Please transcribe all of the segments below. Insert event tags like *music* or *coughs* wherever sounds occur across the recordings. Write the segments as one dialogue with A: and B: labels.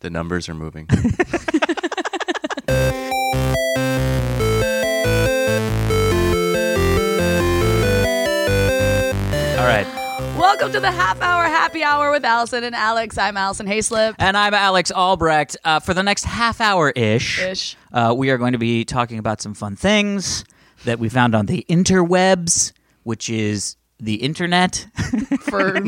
A: The numbers are moving.
B: All right.
C: Welcome to the half hour happy hour with Allison and Alex. I'm
B: *laughs*
C: Allison Hayslip.
B: And I'm Alex Albrecht. Uh, for the next half hour
C: Ish.
B: ish, uh, we are going to be talking about some fun things that we found on the interwebs, which is the internet *laughs*
C: For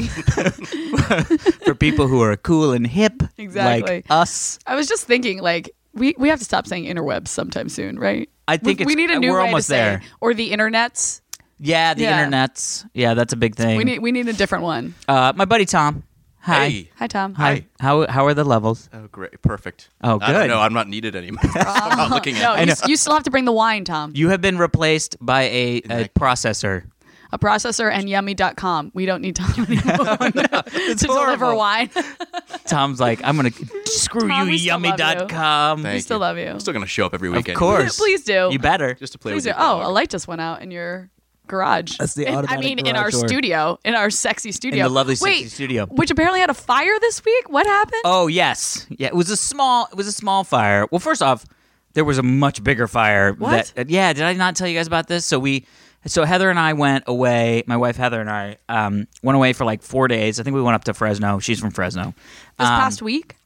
B: for people who are cool and hip,
C: Exactly.
B: like us.
C: *laughs* I was just thinking, like we we have to stop saying interwebs sometime soon, right?
B: I think
C: we, we
B: it's-
C: need a new
B: we're
C: way
B: almost
C: to say
B: there.
C: it. or the internets.
B: Yeah, the
C: Yeah.
B: internet's. Yeah, that's a big thing.
C: We need we need a different one.
B: uh, my buddy Tom. Hi.
A: Hey.
C: Hi Tom.
A: Hi.
B: How how are the levels?
A: Oh, great. Perfect.
B: Oh,
A: I don't
B: good.
A: know. I'm not needed anymore. *laughs* I'm not looking
C: No,
A: at it.
C: you,
B: know.
C: s- you still have to bring the wine, Tom.
B: You have been replaced by a, a
A: Exactly.
B: processor.
C: A processor and yummy.com. We don't
B: *laughs*
C: need Tom anymore *laughs* to deliver
B: horrible.
C: wine.
B: Tom's like, I'm gonna screw
C: Tom,
B: you,
C: we still love you.
B: yummy.com.
A: Thank
C: we still
A: you.
C: love you.
A: I'm still going to show up every
B: Of
A: weekend.
B: course.
C: *laughs* Please do.
B: You better.
A: Just to play
C: Please
A: with
C: do.
A: you.
C: Oh, a light just went out in your garage.
B: That's the
C: In- I
B: automatic
C: mean, in our
B: garage door.
C: studio, in our sexy studio.
B: lovely sexy
C: Wait,
B: studio.
C: Which apparently had a fire this week. What happened?
B: Oh yes. Yeah, it was a small it was a small fire. Well, first off, there was a much bigger fire
C: What?
B: that uh, Yeah, did I not tell you guys about this? So we so Heather and I went away, my wife Heather and I um, went away for like 4 days. I think we went up to Fresno. She's from Fresno.
C: this
B: Um,
C: past week?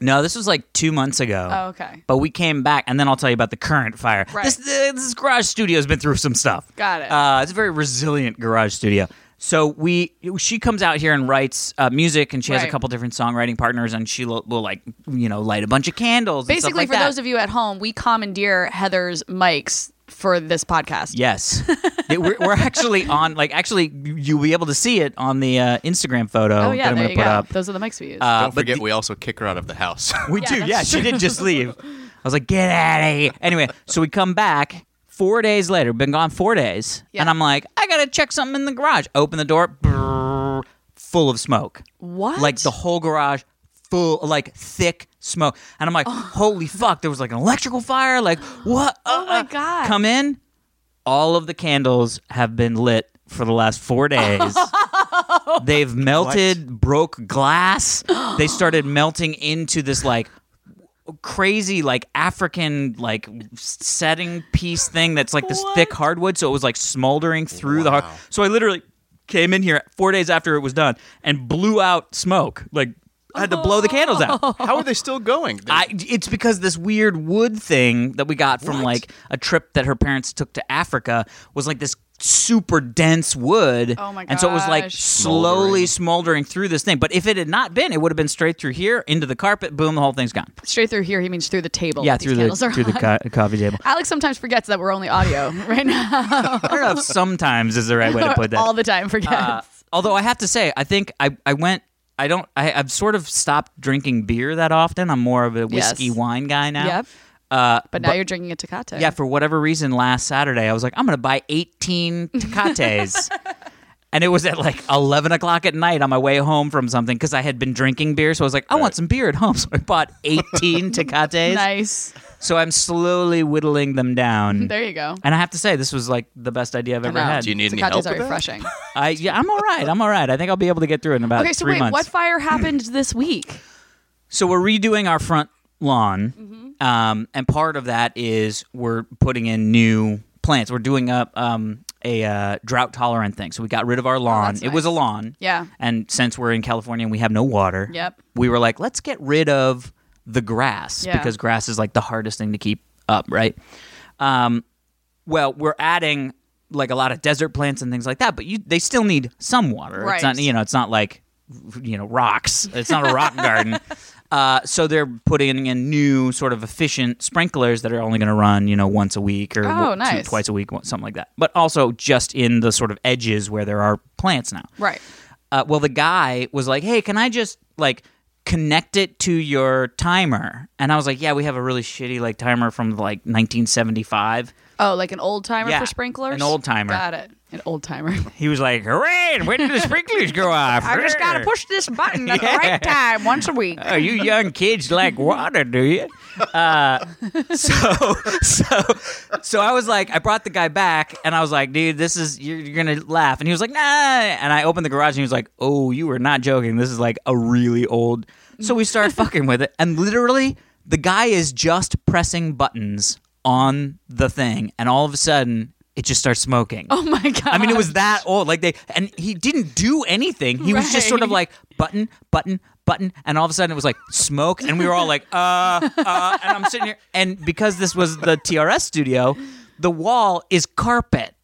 B: No, this was like two months ago.
C: Oh, okay.
B: But we came back, and then I'll tell you about the current fire.
C: Right.
B: This, uh, this garage studio has been through some stuff.
C: Got it.
B: Uh, it's a very resilient garage studio. So we, she comes out here and writes uh, music, and she has
C: Right.
B: a couple different songwriting partners, and she will, will like, you know, light a bunch of candles.
C: Basically, for those of you at home, we commandeer Heather's mics for this podcast.
B: yes, They- we're, we're actually on. Like, actually, you'll be able to see it on the uh, Instagram photo
C: Oh yeah,
B: that I'm
C: there
B: going to
C: you go.
B: put up.
C: Those are the mics we use.
B: Uh,
A: Don't
B: but
A: forget,
B: the-
A: we also kick her out of the house.
B: We
C: Yeah,
B: do.
C: that's
B: Yeah, she did
C: *laughs*
B: just leave. I was like, get out of here. Anyway, so we come back four days later. Been gone four days,
C: Yeah.
B: and I'm like, I gotta check something in the garage. Open the door, brrr, full of smoke.
C: What?
B: Like the whole garage. Full like thick smoke, and I'm like, "Holy fuck!" There was like an electrical fire. Like, what?
C: Oh, my
B: Uh, uh.
C: God.
B: Come in. All of the candles have been lit for the last four days. They've melted, broke glass. they started melting into this like crazy like African like setting piece thing that's like this thick hardwood. So it was like smoldering through the
A: Wow.
B: hard. So I literally came in here four days after it was done and blew out smoke. Like I had to blow the candles out.
A: How are they still going? They're-
B: I, it's because this weird wood thing that we got from like a trip that her parents took to Africa was like this super dense wood.
C: Oh my
B: And so it was like
C: gosh.
B: slowly smoldering through this thing. But if it had not been, it would have been straight through here into the carpet. Boom, the whole thing's gone.
C: Straight through here, he means through the table.
B: Yeah,
C: These
B: through the
C: candles are
B: through the
C: on.
B: co- coffee table.
C: Alex sometimes forgets that we're
B: *laughs*
C: only audio right now.
B: I don't
C: *laughs*
B: know if sometimes is the right way to put that.
C: All the time forgets.
B: Uh, although I have to say, I think I, I went. I don't. I, I've sort of stopped drinking beer that often. I'm more of a whiskey
C: Yes.
B: wine guy now.
C: Yep.
B: Uh,
C: but now you're drinking a Tecate.
B: yeah, for whatever reason, last Saturday I was like, I'm going to buy 18
C: *laughs*
B: Tecates. and it was at like 11 o'clock at night on my way home from something because I had been drinking beer. So I was like, I want some beer at home. *laughs* So I bought
C: *laughs*
B: 18 Tecates.
C: Nice.
B: So I'm slowly whittling them down.
C: There you go.
B: And I have to say, this was like the best idea I've ever
C: know.
B: had.
A: Do you need any
C: Tecates
A: help
C: are
A: with that?
C: refreshing.
B: I, yeah, I'm all right. I'm all right. I think I'll be able to get through it in about
C: okay, so
B: three
C: wait,
B: months.
C: what fire happened this week?
B: So we're redoing our front lawn,
C: Mm-hmm.
B: um, and part of that is we're putting in new plants. We're doing a um, a uh, drought tolerant thing. So we got rid of our lawn.
C: Oh, that's
B: It was a
C: nice.
B: lawn,
C: Yeah.
B: And since we're in California and we have no water,
C: Yep.
B: we were like, let's get rid of the grass
C: Yeah.
B: because grass is like the hardest thing to keep up, right? Um, well, we're adding like a lot of desert plants and things like that, but you they still need some water. It's not
C: Right.
B: you know, it's not like you know, rocks. It's not a
C: *laughs*
B: rock garden. Uh, so they're putting in new sort of efficient sprinklers that are only going to run, you know, once a week or
C: Oh,
B: two-
C: nice.
B: twice a week, something like that. But also just in the sort of edges where there are plants now.
C: Right.
B: Uh, well, the guy was like, "Hey, can I just like connect it to your timer?" And I was like, "Yeah, we have a really shitty like timer from like 1975."
C: Oh, like an old timer
B: Yeah,
C: for sprinklers?
B: an old timer.
C: Got it. An old timer.
B: He was like, "Hooray! When did the sprinklers go off?"
C: gotta
B: *laughs* Hooray."
C: *laughs* this button at the right time once a week.
B: Oh, you young kids like water, do you? Uh, *laughs* so, so, so I was like, I brought the guy back, and I was like, dude, this is you're, you're gonna laugh, and he was like, nah. And I opened the garage, and he was like, oh, you were not joking. This is like a really old So we start fucking with it, and literally, the guy is just pressing buttons on the thing, and all of a sudden, it just starts smoking.
C: *laughs* Oh my god!
B: I mean, it was
C: *laughs*
B: that old. Like they, and he didn't do anything. He was just sort of like button, button, button, and all of a sudden it was like smoke, and we were all like, uh, uh. And I'm sitting here, and because this was the TRS studio, the wall is carpet.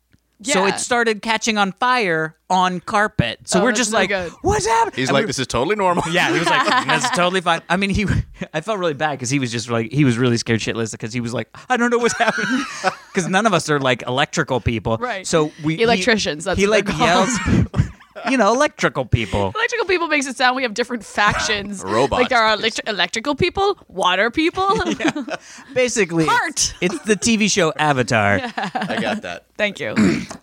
B: So
C: Yeah.
B: it started catching on fire on carpet. So
C: Oh,
B: we're
C: that's
B: just
C: no
B: like,
C: good.
B: what's happening?
A: He's
B: And
A: like,
B: we-
A: this is totally normal.
B: yeah, *laughs* he was
C: *laughs*
B: like, that's totally fine. I mean, he, I felt really bad because he was just like, he was really scared shitless because he was like, I don't know what's happening. *laughs* Because none of us are like electrical people.
C: Right.
B: So we. he-
C: Electricians, that's
B: He
C: what
B: like
C: they're called.
B: yells,
C: *laughs*
B: you know, electrical people.
C: Electrical people makes it sound we have *laughs* different factions.
A: Robots.
C: Like there are electri- electrical people, water people. *laughs*
B: Basically, it's-
C: Heart.
B: *laughs* It's, the TV show
C: *laughs*
B: Avatar.
A: I got that.
C: Thank you.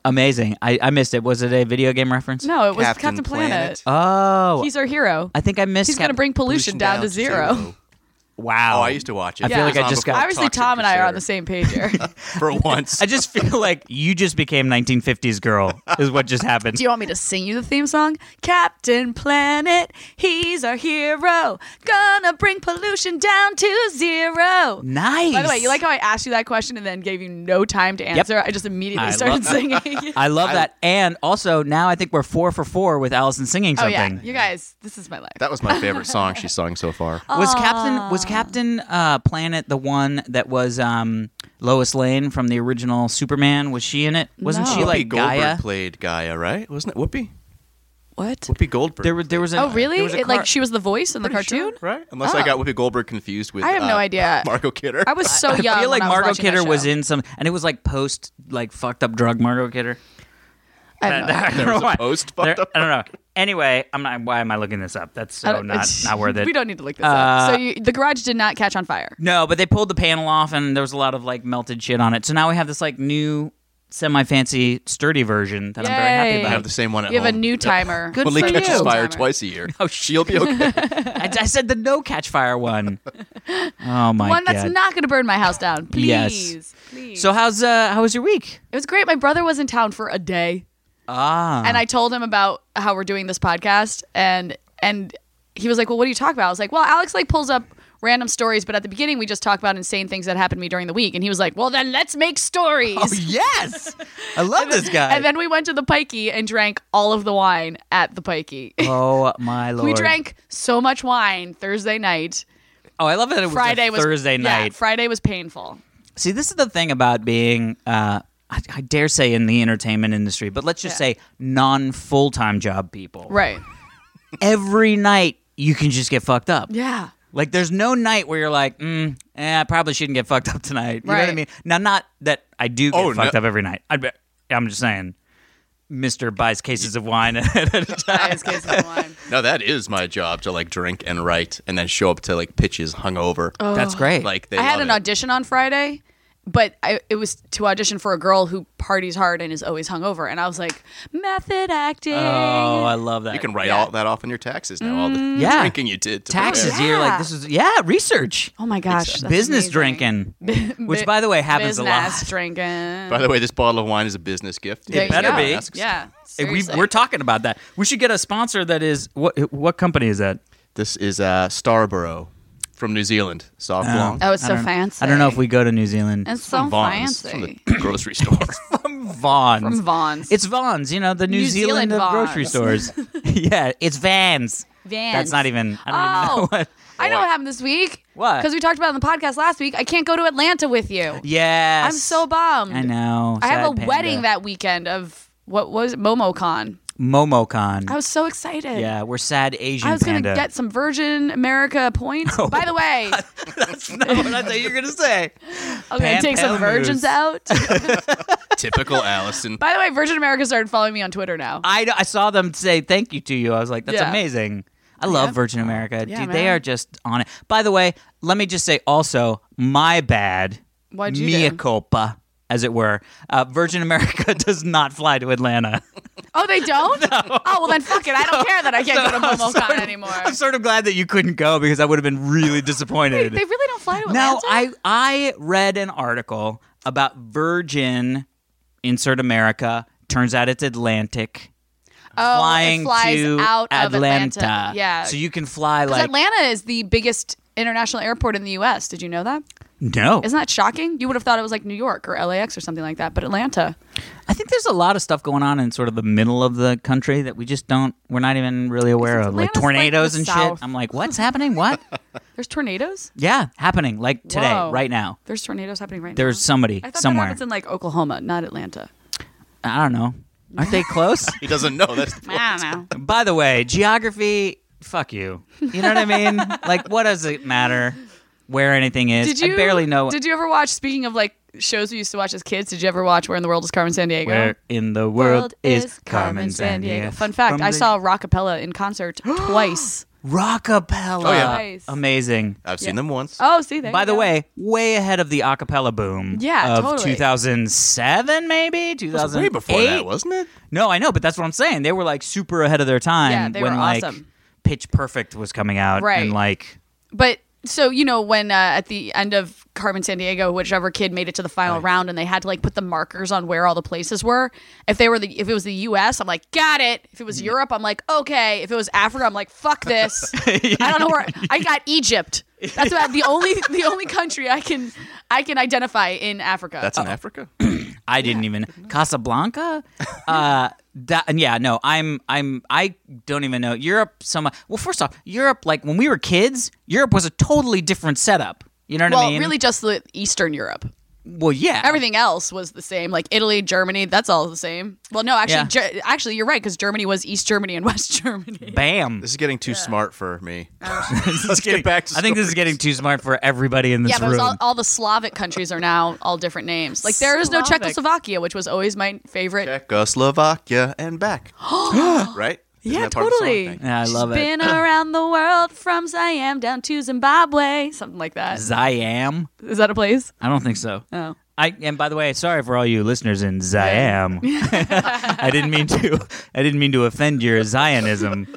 B: Amazing. I, I missed it. Was it a video game reference?
C: No, it was Captain,
A: Captain
C: Planet.
A: Planet.
B: Oh,
C: He's our hero.
B: I think I missed.
C: He's going to
B: Cap-
C: bring pollution, down, to zero.
B: Wow.
A: Oh, I used to watch it.
B: I feel
A: It
C: like
A: was
B: I
A: on
B: just
A: before
B: got-
C: Obviously,
A: Toxic
C: Tom and I are on
A: Crusader
C: the same page here. *laughs*
A: for once.
B: I just feel like you just became 1950s girl. Is what just happened.
C: Do you want me to sing you the theme song? Captain Planet, he's our hero. Gonna bring pollution down to zero.
B: nice.
C: *laughs* By the way, you like how I asked you that question and then gave you no time to answer? I just immediately
B: I
C: started
B: love-
C: singing. *laughs*
B: I love that. And also now I think we're four for four with Allison singing
C: oh,
B: something.
C: yeah. You guys, this is my life.
A: that was my favorite song she's sung so far.
B: Was Captain
C: Ah.
B: was Captain uh, Planet the one that was um, Lois Lane from the original Superman? Was she in it? Wasn't
C: No.
B: she
A: Whoopi
B: like
A: Goldberg
B: Gaia?
A: played Gaia, right? Wasn't it Whoopi?
C: what?
A: Whoopi Goldberg.
B: There was there was a
C: Oh, really?
B: there was a
C: It, like
B: car-
C: she was the voice in the
A: Pretty
C: cartoon? Oh.
A: sure, right? Unless I got Whoopi Goldberg confused with
C: I have no
A: uh, *laughs*
C: idea.
A: Margot Kidder.
C: I was so young.
B: I feel like
C: Oh, when
B: Margot
C: was watching that
B: Kidder was
C: show.
B: in some, and it was like post like fucked up drug Margot
A: *laughs*
B: Kidder.
C: I don't
B: *laughs*
C: know.
B: I don't know
A: was a
B: why.
A: post
B: There-
A: fucked up
B: I don't know. Anyway, I'm not. Why am I looking this up? That's
C: I *laughs*
B: so
C: don't-
B: not not worth it.
C: We don't need to look this up. So you, the garage did not catch on fire.
B: No, but they pulled the panel off and there was a lot of like melted shit on it. So now we have this like new semi fancy sturdy version that I'm very
C: Yay.
B: happy
A: I have
C: *laughs*
B: about.
A: the same one at
C: You have a
A: home.
C: new timer. Oh. Good
A: Only
C: for
A: catches
C: you.
A: fire
C: Timer.
A: twice a
C: *laughs*
A: year. Oh, she'll be okay.
B: I, I said the no catch fire one. oh my
C: One
B: god.
C: that's not going to burn my house down. Please.
B: Yes.
C: Please.
B: so how's uh how was your week?
C: it was great. My brother was in town for a day.
B: Ah,
C: and I told him about how we're doing this podcast, and and he was like, "Well, what do you talk about?" I was like, "Well, Alex like pulls up random stories, but at the beginning we just talk about insane things that happened to me during the week." And he was like, "Well, then let's make
B: *laughs*
C: stories."
B: Oh, yes, I love this guy.
C: And then we went to the Pikey and drank all of the wine at the Pikey.
B: oh my lord.
C: *laughs* we drank so much wine Thursday night.
B: Oh, I love that it was
C: Friday
B: a
C: was
B: Thursday
C: yeah,
B: night.
C: Friday was painful.
B: See, this is the thing about being, uh, I, I dare say, in the entertainment industry, but let's just
C: Yeah.
B: say non full time job people.
C: Right.
B: *laughs* Every night you can just get fucked up.
C: Yeah.
B: Like, there's no night where you're like, mm, eh, I probably shouldn't get fucked up tonight. You know what I
C: Right.
B: mean? Now, not that I do get
A: Oh, no.
B: fucked up every night. I, bet- I'm just saying, Mr. buys cases of wine at a time.
C: *laughs* I was kissing the wine.
A: no, that is my job to like drink and write and then show up to like pitches hungover.
B: That's great.
A: Like they
C: Oh, I had
A: love
C: an
A: it.
C: audition on Friday, but I, it was to audition for a girl who parties hard and is always hungover, and I was like, method acting.
B: oh, I love that.
A: You can write
C: Yeah.
A: all that off on your taxes now. All the
B: Yeah.
A: drinking you did. To
B: taxes.
A: prepare.
B: You're
C: Mm, Yeah.
B: like, this is, yeah, research.
C: Oh my gosh, that's
B: Business
C: amazing. *laughs*
B: drinking, which by the way happens a lot.
C: Business *laughs* drinking.
A: By the way, this bottle of wine is a business gift.
C: There you
B: better
C: go.
B: be.
C: Yeah,
B: Hey, we,
C: seriously.
B: we're talking about that. We should get a sponsor that is what? What company is that?
A: This is uh, Starborough from New Zealand. Soft blonde.
C: Oh, it's
B: I
C: so
B: don't-
C: fancy.
B: I don't know if we go to New Zealand.
C: It's so
A: Vaughn's
C: fancy.
A: from the *coughs* grocery store.
C: *laughs*
B: from Vons.
C: From Vaughn's.
B: It's Vons. You know the New,
C: New
B: Zealand,
C: Zealand
B: of
C: Vons.
B: grocery
C: *laughs*
B: stores. yeah, it's Vans.
C: Vans.
B: That's not even. I don't
C: Oh.
B: even know what.
C: I know what happened this week.
B: What?
C: Because we talked about it on the podcast last week. I can't go to Atlanta with you.
B: Yes.
C: I'm so bummed.
B: I know.
C: I have
B: Sad
C: a
B: panda.
C: wedding that weekend of what was it? MomoCon.
B: MomoCon.
C: I was so excited.
B: yeah, we're sad Asian
C: I was going to
B: panda. Oh,
C: get some Virgin America points. By the way,
B: *laughs* That's not what I thought you were gonna say.
C: I was going
B: Pam
C: to take some
B: Pam moves.
C: virgins out.
B: *laughs*
A: Typical Allison.
C: By the way, Virgin America started following me on Twitter now.
B: I, I saw them say thank you to you. I was like, that's
C: Yeah.
B: amazing. I love Virgin America.
C: Yeah,
B: Dude, they
C: man.
B: are just on it. By the way, let me just say also, my bad.
C: What'd you
B: Mea
C: do?
B: culpa, as it were. Uh, Virgin America *laughs* does not fly to Atlanta.
C: Oh,
B: *laughs*
C: they don't? Oh, well, then fuck it. I don't care that I can't go to
B: I'm sort
C: MomoCon
B: of-
C: anymore.
B: I'm sort of glad that you couldn't go because I would have been really
C: *laughs* They
B: disappointed.
C: really don't fly to Atlanta?
B: No, I I read an article about Virgin insert America. Turns out it's Atlantic.
C: Oh, it
B: flying
C: flies
B: to
C: out of
B: Atlanta.
C: Atlanta. Yeah.
B: So you can fly
C: Because
B: like
C: Atlanta is the biggest international airport in the U.S. Did you know that?
B: no.
C: Isn't that shocking? You would have thought it was like New York or LAX or something like that, but Atlanta.
B: I think there's a lot of stuff going on in sort of the middle of the country that we just don't. We're not even really aware of, like
C: Atlanta's like
B: tornadoes
C: the
B: and
C: South.
B: shit. I'm like, what's happening?
C: *laughs*
B: What?
C: There's tornadoes.
B: yeah, happening like today,
C: Whoa.
B: right now.
C: There's tornadoes happening right
B: There's
C: now.
B: somebody
C: I thought that
B: somewhere.
C: happens in like Oklahoma, not Atlanta.
B: I don't know. Aren't they close?
A: He doesn't know. That's
C: *laughs*
A: the point.
C: I don't know.
B: By the way, geography, fuck you. You know what I
C: *laughs*
B: mean? like, what does it matter where anything is?
C: Did you
B: I barely know
C: Did you ever watch? Speaking of like shows we used to watch as kids, did you ever watch Where in the World is Carmen San Diego?
B: where in the world is Carmen Sandiego.
C: Fun fact:
B: From
C: I
B: the-
C: saw Rockapella in concert
B: *gasps*
C: twice.
B: Rockapella.
A: Oh, yeah.
C: Nice.
B: Amazing.
A: I've seen
C: Yeah.
A: them once.
C: Oh, see, there
B: By
C: you
B: the
C: go.
B: way, way ahead of the acapella boom
C: Yeah,
B: of
C: totally.
B: 2007, maybe
A: It
B: 2008.
A: was way before that, wasn't it?
B: No, I know, but that's what I'm saying. They were like super ahead of their time
C: Yeah, they
B: when
C: were
B: like
C: awesome.
B: Pitch Perfect was coming out,
C: Right.
B: And like,
C: But so you know when uh, at the end of Carmen San Diego, whichever kid made it to the final round, and they had to like put the markers on where all the places were. If they were the if it was the U.S., I'm like, got it. If it was Europe, I'm like, okay. If it was Africa, I'm like, fuck this.
B: *laughs*
C: I don't know where I got Egypt. That's about the only *laughs* the only country I can I can identify in Africa. Uh,
A: That's in Africa. *clears throat*
B: I didn't even Casablanca. uh, that and yeah, no, I'm I'm I don't even know Europe. So much. Well, first off, Europe like when we were kids, Europe was a totally different setup. You know what
C: well,
B: I mean?
C: really just the Eastern Europe.
B: Well, yeah.
C: Everything else was the same, like Italy, Germany. That's all the same. Well, no, actually,
B: Yeah.
C: Ge- actually, you're right because Germany was East Germany and *laughs* West Germany.
B: Bam.
A: This is getting too smart for me.
B: Uh-huh.
A: Let's get back to
B: I think this is getting too smart for everybody in this
C: Yeah, but it was
B: room.
C: all, all the Slavic countries are now all different names. Like there is no
B: Slavic.
C: Czechoslovakia, which was always my favorite.
A: Czechoslovakia and
B: *gasps*
A: back. right? Isn't
C: Yeah,
A: that part of the song?
C: totally.
A: Thank you.
B: yeah, I love it.
C: Been around the world from Siam down to Zimbabwe, something like that.
B: Siam?
C: Is that a place?
B: I don't think so.
C: Oh.
B: I and by the way, sorry for all you listeners in
C: *laughs*
B: Siam. I didn't mean to. I didn't mean to offend your Zionism.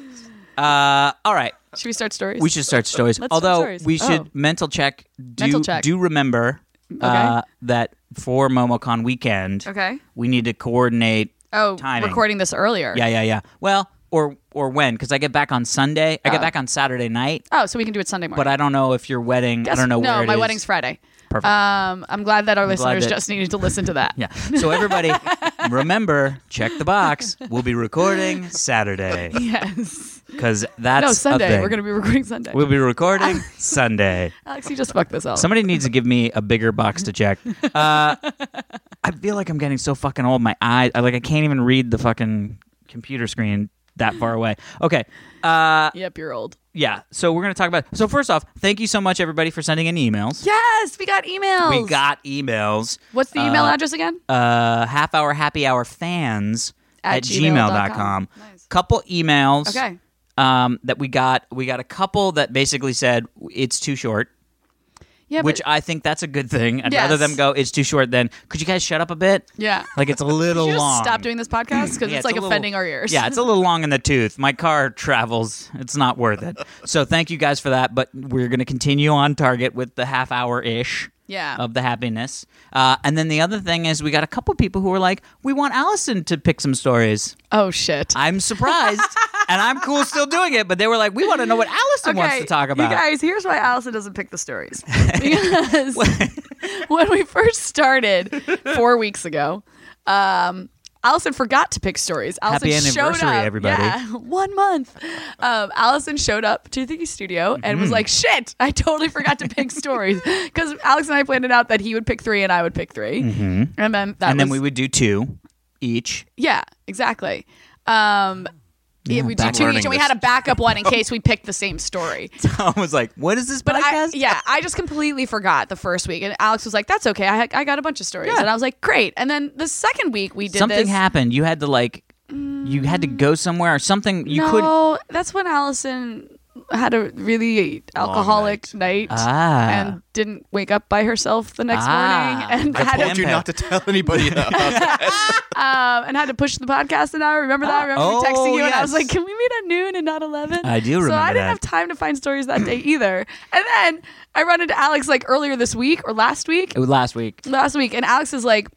B: Uh, all right,
C: Should we start stories?
B: we should start stories.
C: Let's start
B: Although
C: stories.
B: we should
C: Oh.
B: mental check. Do
C: Mental check. Mm,
B: do remember uh, that for MomoCon weekend,
C: Okay.
B: we need to coordinate.
C: Oh,
B: Timing.
C: recording this earlier.
B: Yeah, yeah, yeah. Well, or or when? Because I get back on Sunday. I get
C: Oh.
B: back on Saturday night,
C: Oh, so we can do it Sunday morning.
B: but I don't know if your wedding. I don't know
C: no,
B: where it
C: my
B: is.
C: wedding's Friday.
B: Perfect.
C: Um, I'm glad that our
B: glad
C: listeners
B: that-
C: just needed to listen to that.
B: *laughs* Yeah. So
C: *laughs*
B: everybody, remember, check the box. We'll be
C: *laughs*
B: recording Saturday
C: Yes.
B: because that's
C: No,
B: A
C: Sunday.
B: thing.
C: We're going to be recording Sunday.
B: We'll be
C: *laughs*
B: recording Sunday.
C: Alex, you just fucked this up.
B: Somebody needs to give me a bigger box to
C: *laughs*
B: check. Uh, I feel like I'm getting so fucking old. My eyes, I, like I can't even read the fucking computer screen that far away. Okay. Uh,
C: yep, you're old.
B: yeah. So we're gonna talk about. So first off, thank you so much everybody for sending in emails.
C: Yes, we got emails.
B: We got emails.
C: What's the email address again?
B: uh, half hour happy hour fans at,
C: At
B: gmail.com.
C: gmail.com.
B: com.
C: Nice.
B: Couple emails
C: Okay.
B: um, that we got. We got a couple that basically said it's too short,
C: Yeah,
B: which
C: but,
B: I think that's a good thing. I'd
C: Yes.
B: rather them go, it's too short than, could you guys shut up a bit?
C: yeah.
B: Like it's a little
C: Should *laughs* you
B: long.
C: just stop doing this podcast because
B: Yeah,
C: it's like
B: a little-
C: offending our ears.
B: Yeah, it's a little long in the tooth. My car travels. It's not worth it. So thank you guys for that. But we're going to continue on target with the half hour ish.
C: *laughs* Yeah.
B: Of the happiness. Uh, and then the other thing is, we got a couple people who were like, we want Allison to pick some stories.
C: oh shit.
B: I'm
C: *laughs*
B: surprised. and I'm cool still doing it. But they were like, we want to know what Allison wants to talk about.
C: You guys, here's why Allison doesn't pick
B: *laughs*
C: the stories. Because *laughs* when we first started four weeks ago, um, Allison forgot to pick stories. Allison
B: Happy
C: showed
B: anniversary,
C: up.
B: everybody.
C: Yeah, *laughs* one month. Um, Allison showed up to the studio and
B: Mm.
C: was like, shit, I totally forgot to pick stories. *laughs* Because Alex and I planned it out that he would pick three and I would pick 3 And then that
B: Mm-hmm. and then
C: was-
B: we would do two each.
C: Yeah, exactly. Um, yeah, we did
A: back-
C: two
A: Learning
C: each, and we
A: this.
C: had a backup one
B: *laughs*
C: in case we picked the same story.
B: I was like, what is this
C: But I,
B: podcast?
C: yeah, I just completely forgot the first week, and Alex was like, "That's okay, I, I got a bunch of stories,"
B: Yeah.
C: and I was like, "Great." And then the second week we did
B: something
C: this.
B: happened. You had to like, you had to go somewhere or something. You couldn't.
C: no, that's when Allison had a really alcoholic night,
B: Ah.
C: and didn't wake up by herself the next
B: Ah.
C: morning, and
B: I
A: I
B: had
C: had
B: a-
A: told you not to tell anybody.
B: *laughs*
A: About
C: um, and had to push the podcast an hour. Remember that? I remember
B: Oh,
C: me texting you, and I
B: yes.
C: was like, "Can we meet at noon and not 11?
B: I do
C: So
B: remember
C: I didn't
B: that.
C: have time to find stories that day either. And then I run into Alex like earlier this week or last week,
B: It was last week.
C: last week, and Alex is like.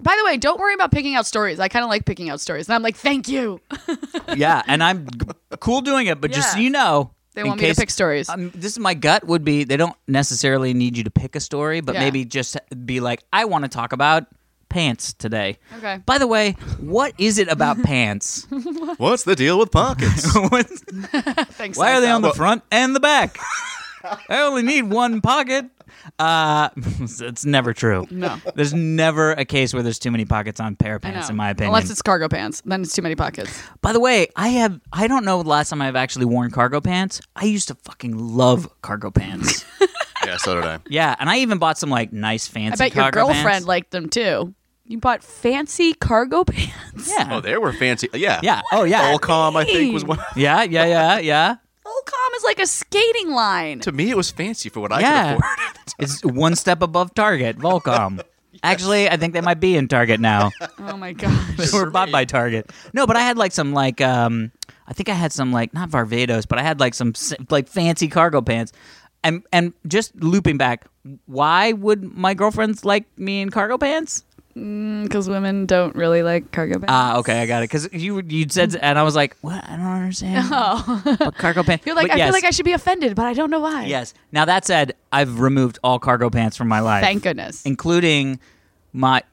C: By the way, don't worry about picking out stories. I kind of like picking out stories, and I'm like, thank you. *laughs*
B: yeah, and I'm g- cool doing it, but just so
C: Yeah.
B: you know,
C: They
B: in
C: want me to
B: case-
C: pick stories.
B: Um, this is my gut would be they don't necessarily need you to pick a story, but
C: Yeah.
B: maybe just be like, I want to talk about pants today.
C: Okay.
B: By the way, what is it
C: *laughs*
B: about pants? *laughs*
A: What's the deal with pockets?
B: What-
C: Thanks.
B: Why are they on the
C: Seinfeld.
B: front and the *laughs* back? I only need one pocket. Uh, *laughs* it's never true. *laughs*
C: No.
B: There's never a case where there's too many pockets on a pair of
C: I know.
B: pants, in my opinion.
C: Unless it's cargo pants, then it's too many pockets.
B: By the way, I have I don't know the last time I've actually worn cargo pants. I used to fucking love cargo
C: *laughs*
B: pants.
A: yeah, so did I.
B: yeah, and I even bought some like nice
C: I
B: fancy
C: bet your
B: cargo
C: girlfriend
B: pants.
C: liked them too. You bought fancy cargo *laughs* pants.
B: Yeah.
A: Oh, they were fancy. Yeah.
B: yeah. Oh yeah.
A: Olcom, I think, was one.
B: Yeah, yeah, yeah, yeah.
C: Olcom is like a skating line.
A: To me, it was fancy for what
B: Yeah.
A: *laughs* I could afford.
B: It's one step above
A: *laughs*
B: Target, Volcom. Actually, I think they might be in Target now.
C: Oh my gosh.
B: they were bought by Target. No, but I had like some like um, I think I had some like not Varvados, but I had like some s- like fancy cargo pants. And and just looping back, why would my girlfriends like me in cargo pants?
C: Because women don't really like cargo pants. *laughs*
B: Ah, okay, I got it. Because you you said, and I was like, what? I don't understand.
C: *laughs* Oh.
B: But cargo pants.
C: You're like,
B: But
C: I
B: yes,
C: feel like I should be offended, but I don't know why.
B: Yes. Now that said, I've removed all cargo pants from my life,
C: Thank goodness.
B: including my.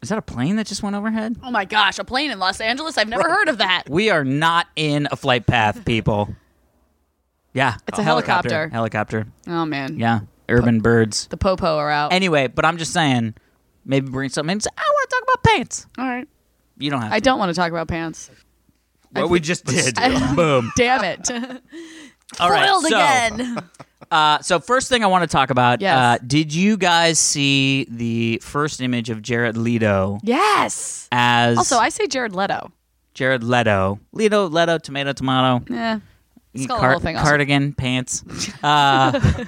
B: Is that a plane that just went overhead?
C: Oh my gosh, a plane in Los Angeles? I've never heard of that.
B: We are not in a flight
C: *laughs*
B: path, people. Yeah,
C: It's a helicopter.
B: Helicopter.
C: Oh man.
B: Yeah, urban birds.
C: The popo are out.
B: Anyway, but I'm just saying, maybe bring something. And say, I want to talk about pants.
C: All right.
B: You don't have.
C: I
B: to.
C: don't want to talk about pants.
B: What we just did. *laughs*
C: *laughs* I-
B: Boom.
C: Damn *laughs* it.
B: All right.
C: Foiled
B: so-
C: again.
B: *laughs* Uh, so first thing I want to talk about.
C: Yes.
B: Uh, did you guys see the first image of Jared Leto
C: yes.
B: as
C: Also, I say Jared Leto.
B: Jared Leto? Leto, Leto, tomato, tomato.
C: Yeah. Let's call the
B: Cart-
C: whole thing off.
B: cardigan, pants,
C: *laughs*
B: uh,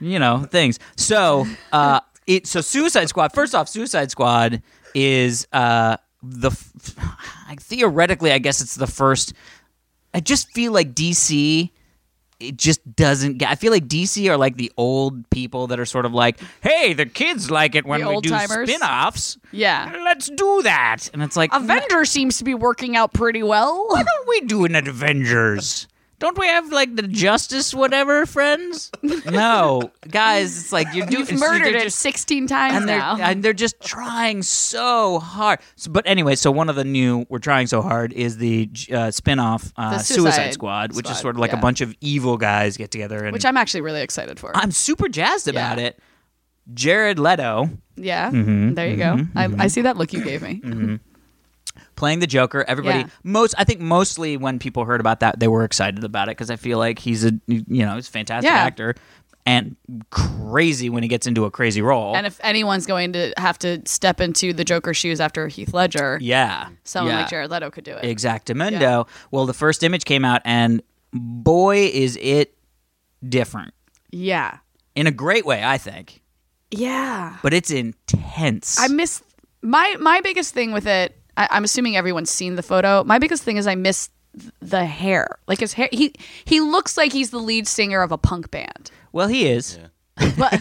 B: you know things. So uh, it so Suicide Squad. First off, Suicide Squad is uh, the f- I- theoretically, I guess it's the first. I just feel like DC. It just doesn't. get I feel like DC are like the old people that are sort of like, "Hey, the kids like it when
C: The
B: we do
C: old-timers.
B: spin-offs.
C: Yeah.
B: Let's do that." And it's like,
C: Avenger seems to be working out
B: *laughs*
C: pretty well.
B: why don't we do an Avengers? Don't we have like the Justice whatever friends? no, guys, it's like you're doing
C: You've murdered
B: they're
C: it
B: just-
C: 16 times
B: and they're,
C: now.
B: and they're just trying so hard. So, but anyway, so one of the new we're trying so hard is the uh, spin-off uh,
C: The
B: Suicide,
C: Suicide
B: Squad, which is
C: Squad,
B: sort of like
C: yeah.
B: a bunch of evil guys get together and
C: which I'm actually really excited for.
B: I'm super jazzed about
C: Yeah.
B: it. Jared Leto
C: yeah.
B: Mm-hmm,
C: there you go. I, I see that look you gave me.
B: playing the Joker. Everybody,
C: Yeah.
B: most I think mostly when people heard about that, they were excited about it because I feel like he's a you know he's a fantastic
C: Yeah.
B: actor and crazy when he gets into a crazy role.
C: And if anyone's going to have to step into the Joker shoes after Heath Ledger,
B: yeah,
C: someone
B: yeah.
C: like Jared Leto could do it.
B: Exactamundo.
C: Yeah.
B: Well, the first image came out, and boy, is it different
C: yeah.
B: in a great way, I think.
C: Yeah.
B: But it's intense.
C: I miss my my biggest thing with it. I, I'm assuming everyone's seen the photo. My biggest thing is I miss th- the hair. Like his hair, he he looks like he's the lead singer of a punk band.
B: well, he is. *laughs*
C: But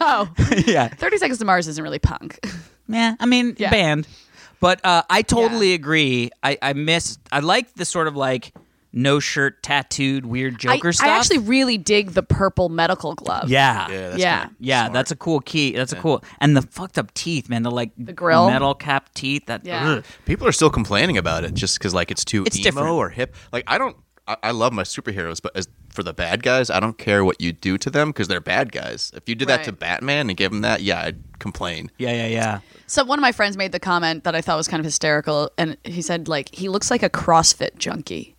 C: oh,
B: yeah.
C: 30 Seconds to Mars isn't really punk.
B: Yeah, I mean,
C: Yeah.
B: band. But uh, I totally agree. I, I miss. I like the sort of like no shirt, tattooed, weird
C: I,
B: Joker
C: I
B: stuff.
C: actually really dig the purple medical glove.
B: Yeah.
A: Yeah,
B: Yeah.
A: that's
C: Yeah.
A: kinda smart.
B: that's a cool key. That's a cool, and the fucked up teeth, man. The like the
C: grill.
B: metal cap teeth. That
C: Yeah.
B: ugh.
A: People are still complaining about it just because like it's too
B: It's
A: emo
B: different.
A: or hip. Like I don't. I, I love my superheroes, but as for the bad guys, I don't care what you do to them because they're bad guys. If you did that to
C: Right.
A: Batman and gave him that, yeah, I'd complain.
B: yeah, yeah, yeah.
C: So one of my friends made the comment that I thought was kind of hysterical, and he said like he looks like a CrossFit
B: *laughs*
C: junkie.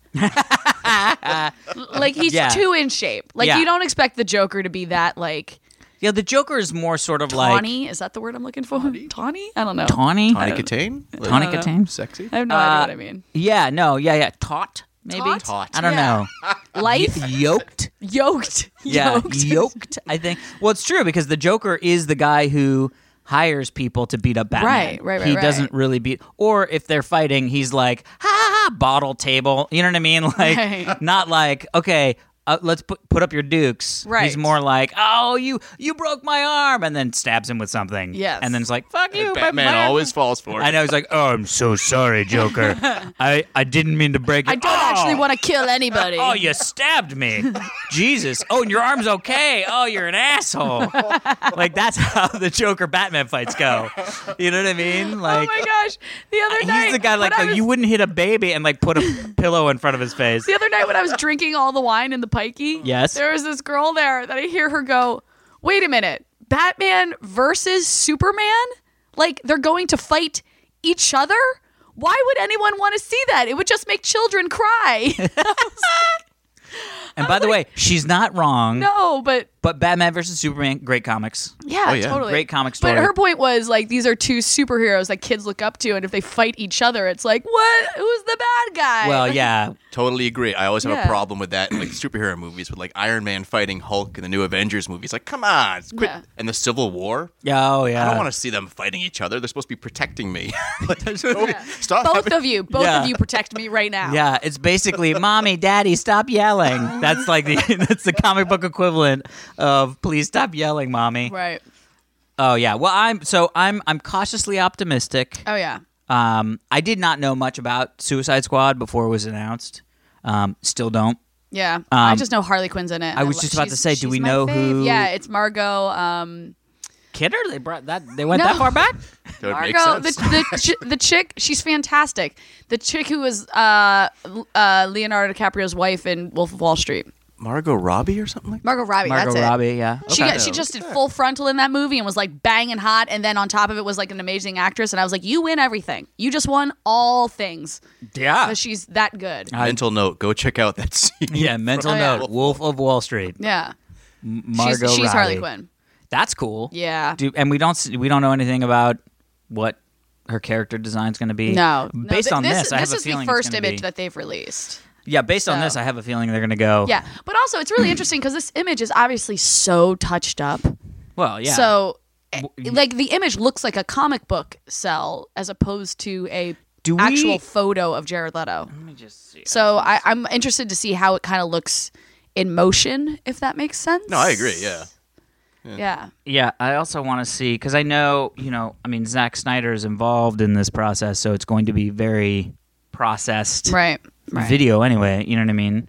C: like he's
B: Yeah.
C: too in shape. Like
B: Yeah.
C: you don't expect the Joker to be that like
B: Yeah, the Joker is more sort of like
C: tawny. is that the word I'm looking for? Tawny? I don't know.
B: tawny, Uh,
A: Tawny Katane, Like,
B: tawny Katane?
A: sexy.
C: I have no idea what I mean.
B: Yeah, no, yeah, yeah. Taut, maybe.
C: Taut?
B: I don't
C: Yeah. *laughs* Life
B: know. Yoked.
C: yoked.
B: *laughs* yeah,
C: Yoked.
B: yoked. I think. Well, it's true because the Joker is the guy who hires people to beat up Batman.
C: Right, right, right,
B: He
C: right.
B: doesn't really beat, or if they're fighting, he's like, ha ha, ha, bottle table. You know what I mean? *laughs* Like,
C: Right.
B: not like, okay, uh, let's put put up your dukes.
C: Right.
B: He's more like, oh, you you broke my arm, and then stabs him with something.
C: Yes.
B: And then it's like, fuck you, my-
A: Batman
B: my arm-
C: *laughs*
A: always falls for it.
B: *laughs* I know. He's like, oh, I'm so sorry, Joker. I I didn't mean to break it.
C: I don't
B: Oh!
C: actually want to kill anybody.
B: Oh, you stabbed
C: *laughs*
B: me. Jesus. Oh, and your arm's okay. Oh, you're an asshole. like, that's how the Joker Batman fights go. You know what I mean?
C: Oh
B: Like,
C: my gosh! The other night,
B: he's the guy, like,
C: when I
B: oh,
C: was-
B: you wouldn't hit a baby and, like, put a pillow in front of his face.
C: The other night when I was drinking all the wine in the pikey,
B: Yes.
C: there was this girl there that I hear her go, "Wait a minute, Batman versus Superman? Like they're going to fight each other? Why would anyone want to see that? It would just make children cry." *laughs*
B: And by the way, she's not wrong,
C: no, but
B: but Batman versus Superman, great comics.
C: yeah,
A: Oh, yeah.
C: totally
B: Great comic
C: But
B: story.
C: her point was like these are two superheroes that kids look up to, and if they fight each other, it's like, what? Who's the bad guy? *laughs*
B: Well, yeah.
A: Totally agree. I always have
C: Yeah.
A: a problem with that in like superhero movies with like Iron Man fighting Hulk in the new Avengers movies. Like, come on, it's quit.
C: Yeah. Uh,
A: And the Civil War.
B: Yeah, oh, yeah.
A: I don't want to see them fighting each other. They're supposed to be protecting me. *laughs*
C: *laughs*
A: like, Stop.
C: both of you, both
B: Yeah.
C: of you protect me right now.
B: Yeah, it's basically "Mommy, Daddy, stop yelling." That's like the *laughs* that's the comic book equivalent of "Please stop yelling, Mommy."
C: Right.
B: Oh yeah. Well, I'm so I'm I'm cautiously optimistic.
C: Oh yeah.
B: Um, I did not know much about Suicide Squad before it was announced. Um, still don't.
C: Yeah, I just know Harley Quinn's in it. and
B: Um, I was
C: lo-
B: just about to
C: she's-
B: say, do
C: she's
B: we
C: my
B: know
C: fave.
B: who-
C: Yeah, it's Margot. Um,
B: Kidder, they brought that. They went
C: No.
B: that far back.
A: That would make
C: Margot, the
A: sense.
C: the, chi- the chick, she's fantastic. The chick who was uh, L- uh, Leonardo DiCaprio's wife in Wolf of Wall Street,
A: Margot Robbie or something like that?
C: Margot Robbie.
B: *laughs* Margot
C: that's
B: Robbie.
C: it.
B: Yeah.
C: She
B: Okay.
C: got, she just did full frontal in that movie and was like banging hot, and then on top of it was like an amazing actress. And I was like, you win everything. You just won all things.
B: yeah.
C: 'Cause she's that good.
B: Uh,
A: Mental note, go check out that scene.
B: *laughs* yeah. Mental
C: Oh, yeah.
B: note. Wolf of Wall Street.
C: yeah, she's,
B: Margot
C: she's Harley
B: Robbie.
C: Quinn.
B: That's cool.
C: Yeah.
B: Do, and we don't s- we don't know anything about what her character design's going to be.
C: No, no,
B: Based
C: th-
B: on this,
C: this
B: I have a
C: is
B: feeling
C: the first
B: it's gonna
C: image
B: be-
C: that they've released.
B: yeah, based on
C: so.
B: this, I have a feeling they're going to go.
C: Yeah, but also it's really interesting because this image is obviously so touched up.
B: Well, yeah.
C: So, eh, like the image looks like a comic book cell as opposed to a
B: Do we-
C: actual photo of Jared Leto.
B: let me just see.
C: So I, I'm interested to see how it kind of looks in motion, if that makes sense.
A: No, I agree. Yeah.
C: Yeah.
B: Yeah, I also want to see because I know you know. I mean, Zack Snyder is involved in this process, so it's going to be very processed
C: Right. Right.
B: video anyway. You know what I mean?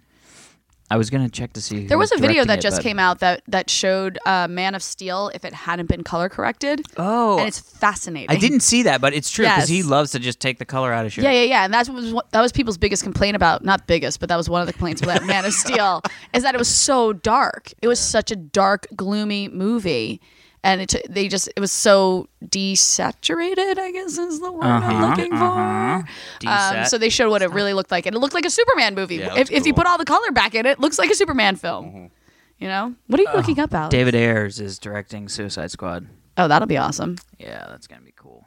B: I was gonna check to see.
C: There was a video that just
B: came
C: came out that that showed uh, Man of Steel if it hadn't been color corrected.
B: Oh.
C: and it's fascinating.
B: I didn't see that, but it's true because he
C: Yes.
B: loves to just take the color out of shit.
C: Yeah, yeah, yeah. And that was what- that was people's biggest complaint about not biggest, but that was one of the complaints about Man of Steel is that it was so dark. It was such a dark, gloomy movie, and it t- they just it was so desaturated. I guess is the word
B: Uh-huh,
C: I'm looking
B: uh-huh.
C: for. Um,
B: Desat-
C: so they showed what it really looked like, and it looked like a Superman movie.
A: Yeah,
C: if,
A: that's
C: if you
A: cool.
C: put all the color back in, it it looks like a Superman film. You know what are you looking up, Alex?
B: David Ayers is directing Suicide Squad.
C: Oh, that'll be awesome.
B: Yeah, that's gonna be cool.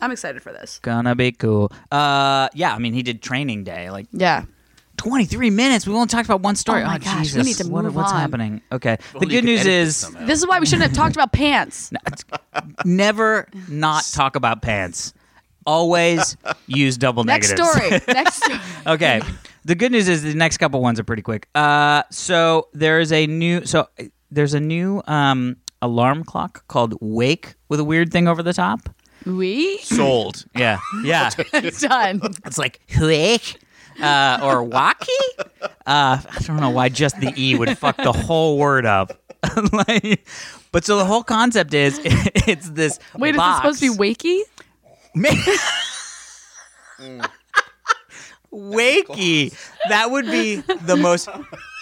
C: I'm excited for this.
B: Gonna be cool. Uh, yeah, I mean, he did Training Day. Like
C: Yeah,
B: 23 minutes. We only talked about one story.
C: Oh my gosh, we
B: Jesus.
C: need to
B: What-
C: move
B: What's
C: on.
B: happening? Okay. The
A: only you could
B: good news
A: edit this
B: is
A: somehow.
C: this is why we shouldn't have talked about pants.
B: never not talk about pants. Always use double
C: Next
B: negatives.
C: story. Next story.
B: *laughs* okay. The good news is the next couple ones are pretty quick. Uh, so there is a new so uh, there's a new um, alarm clock called Wake with a weird thing over the top.
C: We
A: Sold.
B: Yeah. Yeah.
C: *laughs* done.
B: It's like wake uh, or waki. Uh, I don't know why just the e would fuck the whole word up. *laughs* Like- but so the whole concept is *laughs* it's this.
C: Wait,
B: box.
C: is it supposed to be wakey?
B: *laughs* Mm. wakey? That would be the most.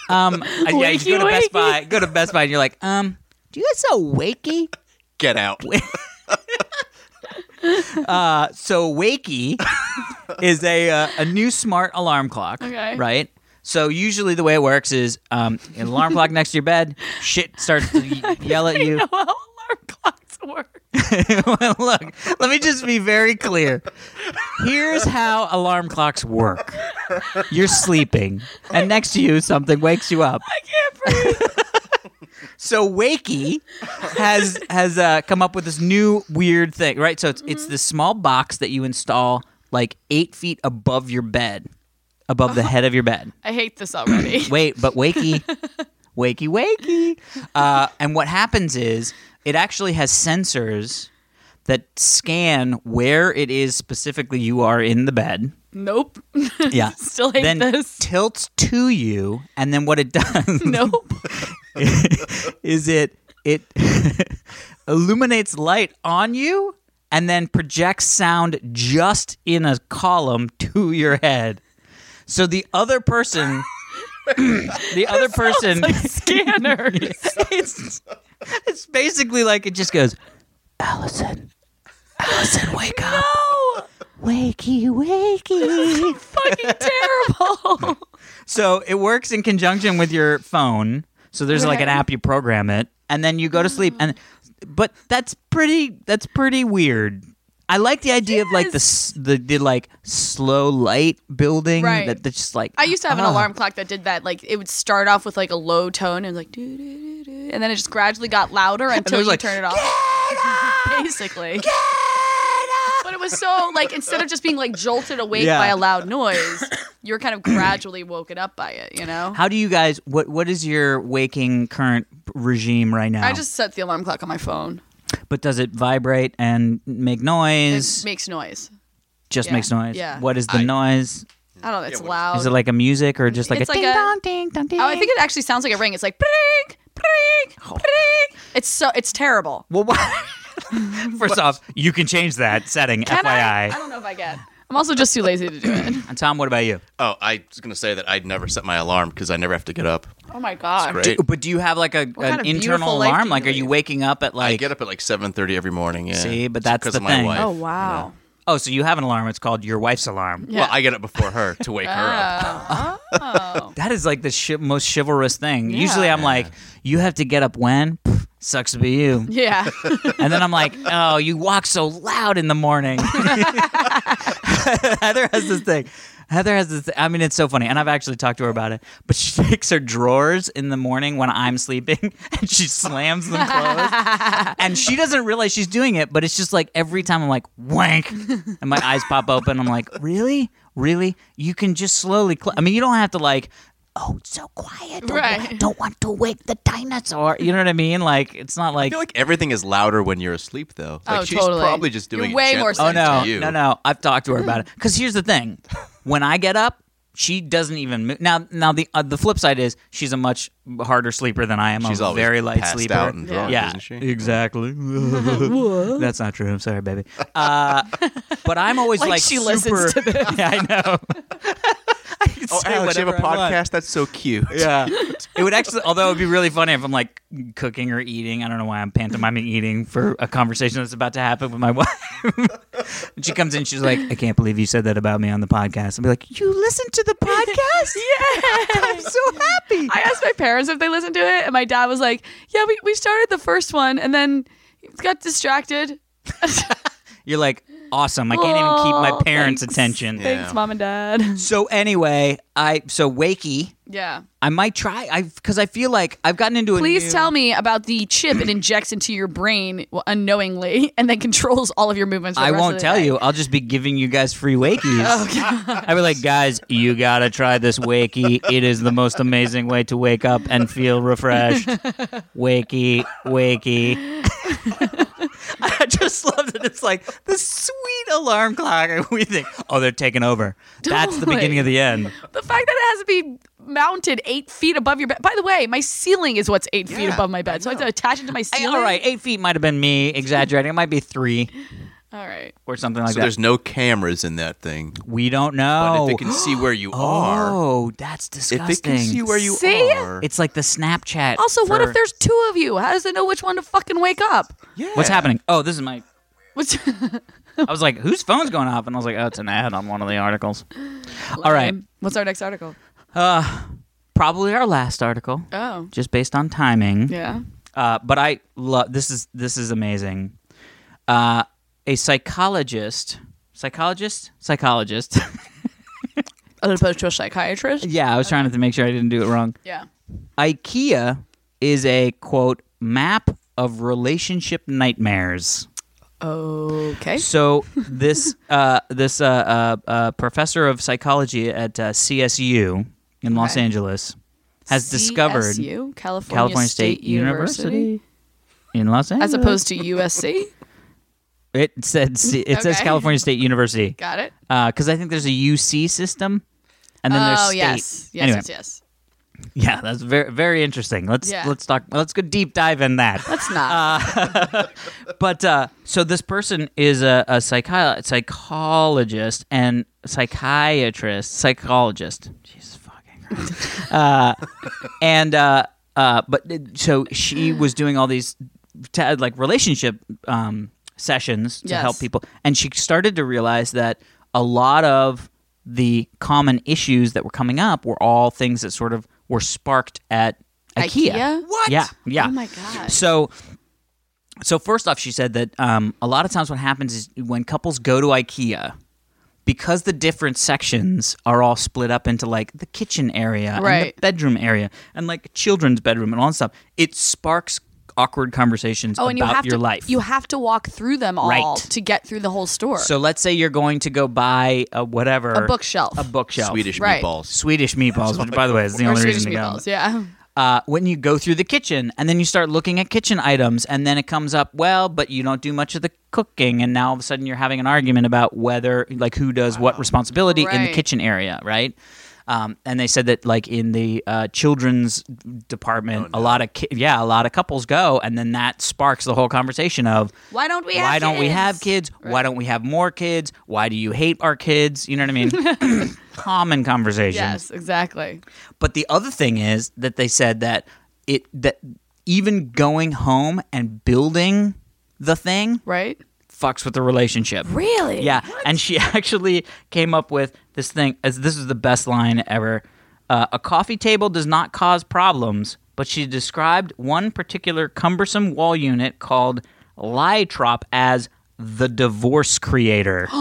B: Um, yeah, you go to
C: *laughs*
B: Best
C: Wakey, wakey.
B: Buy. Go to Best Buy, and you're like, um, do you guys sell wakey?
A: Get out.
B: Uh, so Wakey is a uh, a new smart alarm clock.
C: Okay.
B: Right. So usually the way it works is um, an alarm clock next to your bed. Shit starts to y- yell at
C: *laughs*
B: you.
C: know how alarm clocks work.
B: *laughs* well, look, let me just be very clear. Here's how alarm clocks work. You're sleeping, and next to you something wakes you up.
C: I can't breathe.
B: *laughs* So Wakey has has uh, come up with this new weird thing,
C: Mm-hmm.
B: right? So it's it's this small box that you install like eight feet above your bed, above the
C: Uh-huh.
B: head of your bed.
C: I hate this *coughs* already.
B: Wait, but wakey,
C: *laughs*
B: wakey, wakey. Uh, and what happens is it actually has sensors that scan where it is specifically you are in the
C: *laughs*
B: bed.
C: nope.
B: Yeah.
C: Still hate
B: then
C: this.
B: tilts to you, and then what it *laughs* does
C: nope. *laughs*
B: is it it *laughs* illuminates light on you and then projects sound just in a column to your head. So the other
C: *laughs*
B: person the other person
C: Like *laughs* scanners.
B: *laughs* it's it's basically like it just goes, Allison, Allison, wake up,
C: no.
B: wakey, wakey.
C: Fucking terrible.
B: so it works in conjunction with your phone. So there's like an
C: Right.
B: app you program it, and then you go to sleep. And but that's pretty that's pretty weird. I like the idea of like the, s- the the like slow light building
C: Right.
B: that that's just like
C: *laughs* I used to have an
B: ah.
C: alarm clock that did that. Like it would start off with like a low tone and like doo doo doo doo, and then it just gradually got *laughs* louder until
B: it was
C: you
B: like,
C: turn it off. *laughs* Basically. But it was so like instead of just being like jolted awake
B: Yeah.
C: by a loud noise, you were kind *coughs* of gradually woken up by it, you know?
B: How do you guys what what is your waking current regime right now?
C: I just set the alarm clock on my phone.
B: But does it vibrate and make
C: It
B: noise?
C: makes noise.
B: just
C: yeah,
B: makes noise.
C: yeah.
B: What is the
A: I-
B: noise?
C: I don't know, it's
A: what is-
C: loud.
B: Is it like a music or just like
C: It's
B: a
C: like
B: ding
C: a-
B: dong ding dong ding?
C: Oh, I think it actually sounds like a ring. It's like pring, pring, pring. It's so it's terrible.
B: Well,
C: *laughs*
B: why? First off, you can change that setting,
C: Can I? Um,
B: FYI.
C: I don't know if I get. I'm also just too lazy to do it.
B: And Tom, what about you?
A: Oh, I was gonna say that I'd never set my alarm because I never have to get up.
C: Oh my god.
A: great.
B: Do, but do you have like a, an
C: kind of
B: internal
C: beautiful life
B: alarm?
C: do
B: Like,
C: you
B: are you
C: lead?
B: waking up at like?
A: I get up at like seven thirty every morning. Yeah.
B: See, but
A: It's
B: that's
A: 'cause
B: the
A: of my
B: thing.
A: wife.
C: Oh wow.
B: Oh, so you have an alarm? It's called your wife's alarm.
A: Well, I get up before her to wake her up.
C: Oh. Oh. *laughs*
B: That is like the shi most chivalrous thing.
C: Yeah.
B: Usually, I'm like, you have to get up when. Pff, Sucks to be you.
C: Yeah. *laughs*
B: And then I'm like, oh, you walk so loud in the morning. *laughs* Heather has this thing. Heather has this. I mean, it's so funny, and I've actually talked to her about it. But she *laughs* takes her drawers in the morning when I'm sleeping, *laughs* and she slams them closed. and she doesn't realize she's doing it, but it's just like every time I'm like, wank, and my eyes pop open. I'm like, really, really? You can just slowly. Cl-. I mean, you don't have to like. Oh, it's so quiet. Don't,
C: Right.
B: don't want to wake the dinosaur. You know what I mean? Like, it's not
A: I feel like everything is louder when you're asleep, though. Like,
C: Oh,
A: she's
C: totally.
A: probably just doing
C: You're
A: it
C: way more
A: gently
B: Oh
A: to
B: no,
A: you.
B: no, no! I've talked to
A: *laughs*
B: her about it. Because here's the thing: when I get up, she doesn't even move. Now, now the uh, the flip side is she's a much harder sleeper than I am.
A: She's
B: a
A: always
B: very light
A: passed
B: sleeper.
A: out and drunk,
B: yeah,
A: isn't she? *laughs*
B: exactly. That's not true. I'm sorry, baby. Uh, but I'm always like,
C: Like she
B: super,
C: listens to
B: *laughs* Yeah, I know. I can
A: Oh, Alex, you
B: say
A: have a
B: whatever I want.
A: podcast? That's so cute.
B: Yeah. *laughs* It would actually, although it would be really funny if I'm like cooking or eating. I don't know why I'm pantomiming eating for a conversation that's about to happen with my *laughs* wife. And she comes in, she's like, I can't believe you said that about me on the podcast. I'd be like, You listen to the podcast?
C: yeah.
B: *laughs* I'm so happy.
C: I asked my parents if they listened to it, and my dad was like, "Yeah, we, we started the first one, and then got distracted."
B: You're like, Awesome. I can't even keep my
C: Oh,
B: parents'
C: thanks.
B: attention.
A: Yeah.
C: Thanks, mom and dad. *laughs*
B: So, anyway, I, so Wakey,
C: Yeah.
B: I might try, I, because I feel like I've gotten into a
C: Please
B: new-
C: tell me about the chip it injects into your brain well, unknowingly, and then controls all of your movements. For the
B: I
C: rest
B: won't
C: of the Oh,
B: tell
C: day.
B: you. I'll just be giving you guys free wakies.
C: *laughs*
B: I'll be like, guys, you gotta try this wakey. It is the most amazing way to wake up and feel refreshed. Wakey, wakey. *laughs* I just love that it's like the sweet alarm clock. And we think, oh, they're taking over. That's the
C: Totally.
B: beginning of the end.
C: The fact that it has to be mounted eight feet above your bed. By the way, my ceiling is what's eight feet
A: Yeah,
C: above my bed, so I have to attach it to my
B: Hey,
C: ceiling.
B: all right, eight feet might have been me exaggerating. It might be three
C: all right.
B: or something like
A: So
B: that.
A: there's no cameras in that thing.
B: We don't
A: But
B: know.
A: if they can see where you are,
B: *gasps* oh, that's disgusting.
A: if they can see where you
C: See?
A: are,
B: It's like the Snapchat.
C: Also, what
B: for-
C: if there's two of you? How does it know which one to fucking wake up?
A: yeah.
B: What's happening? Oh, this is my.
C: What's *laughs*
B: I was like, whose phone's going off? And I was like, oh, it's an ad on one of the articles. All right.
C: What's our next article?
B: Probably our last article,
C: Oh,
B: just based on timing.
C: yeah.
B: Uh, but I love this is this is amazing. Uh, a psychologist, psychologist, psychologist. *laughs*
C: As opposed to a psychiatrist.
B: yeah, I was trying to make sure I didn't do it wrong.
C: Yeah.
B: IKEA is a quote map of relationship nightmares.
C: Okay.
B: So this uh, this uh, uh, uh, professor of psychology at uh, CSU in Los
C: Okay.
B: Angeles has discovered
C: CSU, California,
B: California State, University, in Los Angeles,
C: as opposed to USC.
B: it said C- it says
C: Okay.
B: California State
C: *laughs*
B: University
C: Got it.
B: because I think there's a UC system, and then there's
C: oh
B: state.
C: yes, yes,
B: Anyway,
C: yes, yes.
B: yeah, that's very very interesting. Let's
C: Yeah.
B: let's talk. Let's go deep dive in
C: *laughs*
B: that.
C: It's not.
B: but uh, so this person is a, a psychi- psychologist and psychiatrist, psychologist. Jesus fucking. Christ. *laughs* uh, and uh, uh, but it- so she was doing all these ta like relationship um, sessions to
C: Yes.
B: help people, and she started to realize that a lot of the common issues that were coming up were all things that sort of were sparked at IKEA.
C: Uh, IKEA?
B: What? Yeah, yeah.
C: Oh my god.
B: So, so first off, she said that um, a lot of times what happens is when couples go to IKEA, because the different sections are all split up into like the kitchen area, and
C: Right.
B: the bedroom area, and like children's bedroom and all that stuff, it sparks awkward conversations
C: Oh,
B: about
C: and you have
B: your
C: to
B: life.
C: you have to walk through them all
B: Right.
C: to get through the whole store.
B: so let's say you're going to go buy a whatever
C: a bookshelf.
B: a bookshelf,
A: Swedish
C: Right.
A: meatballs.
B: Swedish meatballs, which by the way is the
C: or
B: only
C: Swedish
B: reason to go.
C: meatballs. Yeah.
B: uh, when you go through the kitchen and then you start looking at kitchen items and then it comes up well but you don't do much of the cooking and now all of a sudden you're having an argument about whether like who does what responsibility in the
C: Right.
B: kitchen area right um, and they said that like in the uh, children's department a lot of ki- yeah a lot of couples go and then that sparks the whole conversation of
C: *laughs* Why don't we?
B: why
C: have
B: don't we
C: kids?
B: have kids why don't we have more kids why do you hate our kids you know what i mean
C: *coughs*
B: *coughs* common conversations
C: Yes, exactly.
B: but the other thing is that they said that it that even going home and building the thing
C: Right.
B: fucks with the relationship.
C: Really?
B: Yeah, and she *laughs* actually came up with this thing as this is the best line ever. Uh, a coffee table does not cause problems, but she described one particular cumbersome wall unit called Lytrop as the divorce creator. *gasps*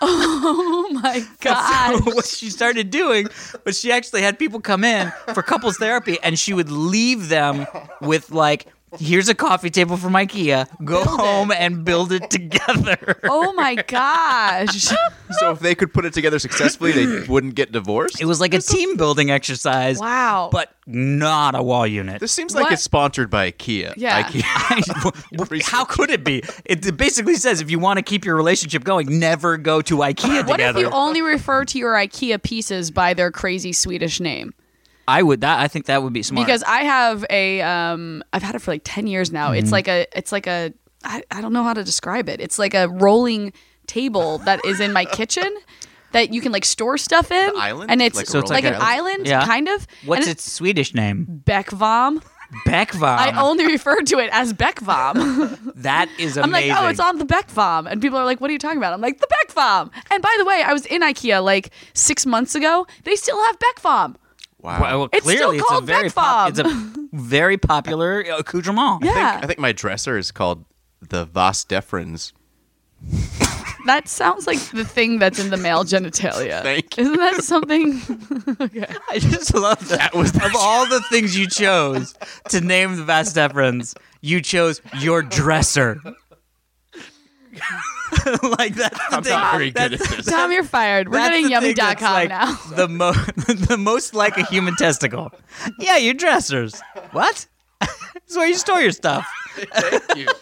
C: Oh *laughs*
B: *laughs*
C: my
B: So
C: god.
B: what she started doing was she actually had people come in for couples therapy, and she would leave them with like, "Here's a coffee table from IKEA. Go home and build it together." *laughs*
C: Oh my gosh.
A: *laughs* So if they could put it together successfully, *clears throat* they wouldn't get divorced.
B: It was like a team building exercise.
C: Wow.
B: But not a wall unit. *laughs*
A: This seems like
C: What?
A: it's sponsored by IKEA.
C: Yeah.
A: IKEA.
C: *laughs*
B: How could it be? It it basically says if you want to keep your relationship going, never go to IKEA
C: What if
B: together.
C: you only refer to your IKEA pieces by their crazy Swedish name?
B: I would that I think that would be smart.
C: Because I have a, um, I've had it for like ten years now. It's like a, it's like a, I, I don't know how to describe it. It's like a rolling table that is in my kitchen that you can like store stuff in.
A: island?
C: and it's
A: Like
C: like,
A: a So
B: it's
C: an
B: like a-
C: island,
B: Yeah.
C: kind of.
B: What's
C: and
B: its Swedish name?
C: Beckvom?
B: Beckvam.
C: I only refer to it as Beckvom.
B: that is
C: *laughs* I'm
B: amazing.
C: like, oh, it's on the Beck Farm. And people are like, what are you talking about? I'm like, the Beck Farm. And by the way, I was in IKEA like six months ago. They still have Beck Farm.
A: *laughs* Wow.
B: Well, well,
C: It's still
B: clearly it's a
C: called
B: very
C: Beck
B: pop,
C: Bob.
B: it's a *laughs* very popular uh, accoutrement.
A: I think,
C: Yeah.
A: I think my dresser is called the Vas Deferens.
C: That sounds like the thing that's in the male genitalia.
A: Thank
C: Isn't that something? okay.
B: I just love that.
A: That was the-
B: of all *laughs* the things you chose to name the Vast Deferens, you chose your dresser. *laughs* like that's the thing.
A: Very
B: that's-
A: good at this.
C: Tom, you're fired. We're
B: that's
C: getting
B: the thing
C: yummy.com
B: that's, like, *laughs*
C: now.
B: The, mo- the most like a human testicle. Yeah, your dressers. What? *laughs* it's where you store your stuff.
A: Thank you.
B: *laughs*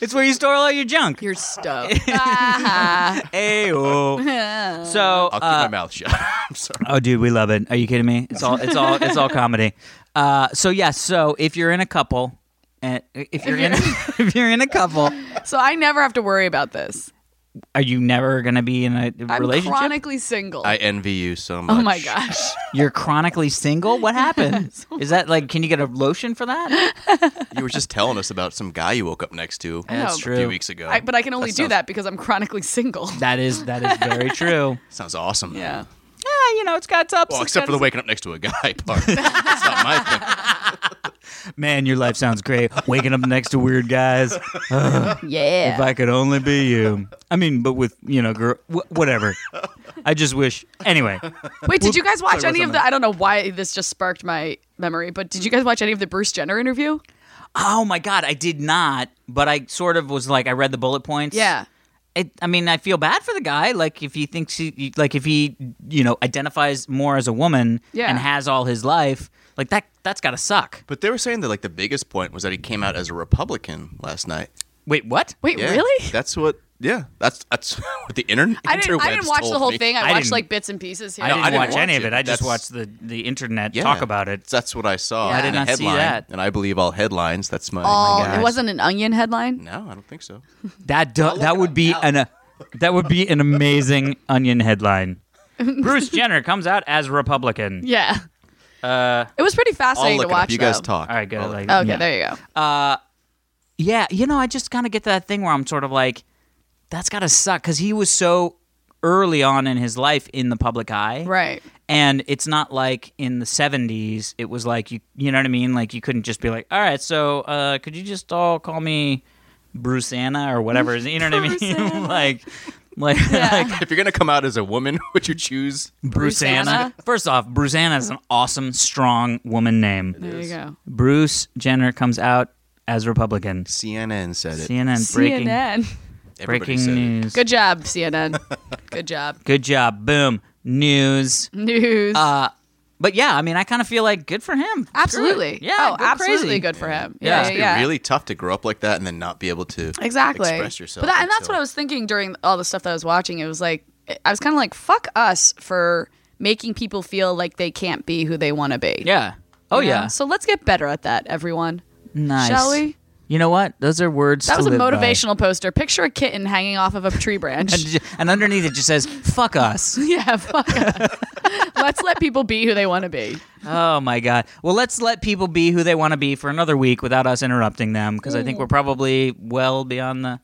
B: It's where you store all your junk.
C: You're stoked. Ah.
B: Ayo. So
A: *laughs* I'll keep
B: uh,
A: my mouth shut. *laughs* I'm sorry.
B: Oh, dude, we love it. Are you kidding me? It's all, it's all,
A: *laughs*
B: it's all comedy. Uh, so yeah, so if you're in a couple, and if you're in, *laughs* if you're in a couple,
C: *laughs* so I never have to worry about this.
B: are you never gonna be in a
C: I'm
B: relationship?
C: chronically single.
A: I envy you so much.
C: oh my gosh.
B: you're chronically single. What happened? Is that like? Can you get a lotion for that?
A: You were just telling us about some guy you woke up next to
B: That's
C: know.
A: a few
B: true.
A: weeks ago.
C: I, but I can
A: That
C: only do
A: sounds-
C: that because I'm chronically single. *laughs*
B: That is that is very true.
A: Sounds awesome.
C: Yeah.
B: Yeah, you know, it's got ups.
A: Well,
B: it's
A: except
B: got
A: for the waking up next to a guy *laughs* part. That's not my thing.
C: *laughs*
B: man, your life sounds great. Waking up next to weird guys.
C: Yeah.
B: If I could only be you. I mean, but with you know, girl, wh- whatever. I just wish. Anyway,
C: Wait, did you guys watch
B: Sorry,
C: any
B: what's
C: of
B: that?
C: the? I don't know why this just sparked my memory, but did you guys watch any of the Bruce Jenner interview?
B: Oh my god, I did not. But I sort of was like, I read the bullet points.
C: Yeah.
B: It, I mean, I feel bad for the guy. Like if he thinks he, like if he, you know, identifies more as a woman
C: Yeah.
B: and has all his life, like that. That's gotta suck.
A: But they were saying that like the biggest point was that he came out as a Republican last night.
B: Wait, what?
C: Wait,
A: Yeah,
C: really?
A: That's what. Yeah, that's that's *laughs* what the internet.
C: I didn't. I didn't watch the whole thing.
B: I
C: I watched
B: didn't-
C: like bits and pieces here.
B: I, didn't
A: I didn't
B: watch,
A: watch
B: any of
A: it.
B: it. I just
A: That's-
B: watched the the internet talk about it.
A: That's what I saw.
C: Yeah. I
A: in
C: did
A: the
B: not see
A: headline,
B: that.
A: And I believe all headlines. That's my.
C: All-
B: my
C: Oh, it
B: gosh.
C: wasn't an onion headline.
A: no, I don't think
C: *laughs*
A: so.
B: That do- that would be an uh, that would be an amazing onion headline. Bruce Jenner comes out as
C: *laughs*
B: Republican.
C: Yeah. Uh, it was pretty
A: I'll
C: fascinating
A: look
C: to
A: it up.
C: watch.
A: You guys
C: though.
A: talk.
B: All right, good.
A: I'll-
B: Like,
C: Okay,
B: yeah.
C: there you go.
B: Yeah, you know, I just kind of get to that thing where I'm sort of like, that's got to suck because he was so early on in his life in the public eye,
C: right.
B: And it's not like in the '70s. It was like you, you know what I mean? Like you couldn't just be like, all right, so uh, could you just all call me Bruce Anna or whatever? You know what *laughs* I mean? like, like,
A: *laughs*
B: like
A: if you're gonna come out as a woman, *laughs* would you choose?
B: Bruce
C: Anna?
B: Anna. First off, Bruce Anna is an awesome, strong woman name.
C: There you go.
B: Bruce Jenner comes out as Republican.
A: CNN said it.
B: CNN breaking
C: CNN.
A: Everybody
B: breaking
A: said it.
B: news.
C: Good job,
B: *laughs*
C: CNN. Good job.
B: Good job. Boom. News.
C: News.
B: Uh, But yeah, I mean, I kind of feel like good for him. Screw it.
C: absolutely.
B: Yeah.
C: Oh,
B: go
C: absolutely
B: crazy.
C: good for him.
B: Yeah.
C: Yeah.
B: Must
C: Yeah.
A: It'd be
C: yeah.
A: really tough to grow up like that and then not be able to
C: exactly
A: express yourself.
C: But that, and that's
A: until-
C: what I was thinking during all the stuff that I was watching. It was like I was kind of like, "Fuck us for making people feel like they can't be who they want to be."
B: Yeah. Oh
C: You know?
B: yeah.
C: So let's get better at that, everyone.
B: Nice.
C: Shall we?
B: You know what? Those are words.
C: That
B: to
C: was a
B: live by.
C: motivational poster. Picture a kitten hanging off of a tree
B: *laughs*
C: branch.
B: And, *laughs* and underneath it just says "fuck us."
C: *laughs* yeah, fuck *laughs* us. Let's let people be who they want to be.
B: Oh my god. Well, let's let people be who they want to be for another week without us interrupting them because I think we're probably well beyond the.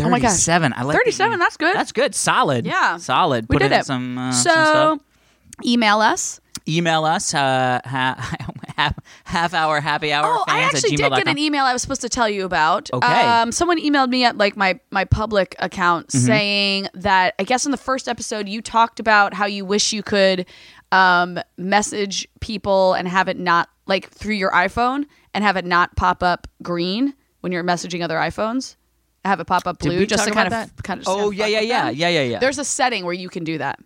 C: Oh my gosh.
B: Thirty-seven. I like that
C: 37,
B: you-
C: that's good.
B: That's good. Solid.
C: Yeah.
B: Solid.
C: We
B: Put
C: did
B: in
C: it.
B: Some, uh, some stuff.
C: so, email us.
B: email us uh, ha- *laughs* half half hour happy hour
C: Oh, I
B: fans
C: actually
B: at
C: did
B: gmail.com.
C: get an email I was supposed to tell you about.
B: Okay.
C: Um, someone emailed me at like my my public account
B: Mm-hmm.
C: saying that I guess in the first episode you talked about how you wish you could um, message people and have it not like through your iPhone and have it not pop up green when you're messaging other iPhones. Have it pop up
B: Did
C: blue
B: we
C: just
B: talk
C: to kind
B: about
C: of
B: that?
C: kind of just
B: oh
C: have
B: yeah
C: fun
B: yeah
C: with
B: yeah
C: them.
B: yeah yeah yeah
C: There's a setting where you can do that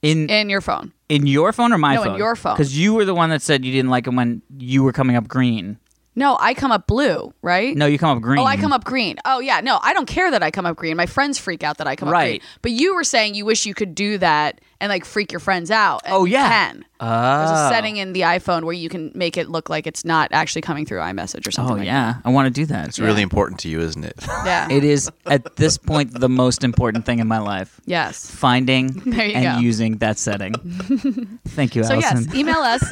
B: in
C: in your phone.
B: in your phone or my
C: No, in
B: phone
C: your phone.
B: because you were the one that said you didn't like it when you were coming up green
C: No, I come up blue, right?
B: no you come up green
C: Oh, I come up green. Oh, yeah. No, I don't care that I come up green. My friends freak out that I come
B: Right.
C: up green. But you were saying you wish you could do that and like freak your friends out. and
B: Oh,
C: you
B: yeah.
C: Can. There's
B: Oh.
C: a setting in the iPhone where you can make it look like it's not actually coming through iMessage or something.
B: oh
C: like
B: yeah I want to do that
A: It's really important to you, isn't it? *laughs*
C: that. Yeah.
B: it is at this point the most important thing in my life
C: yes.
B: finding
C: *laughs* There you
B: and
C: go.
B: using that
C: *laughs*
B: setting thank you
C: So
B: Allison
C: yes,
B: *laughs*
C: email us.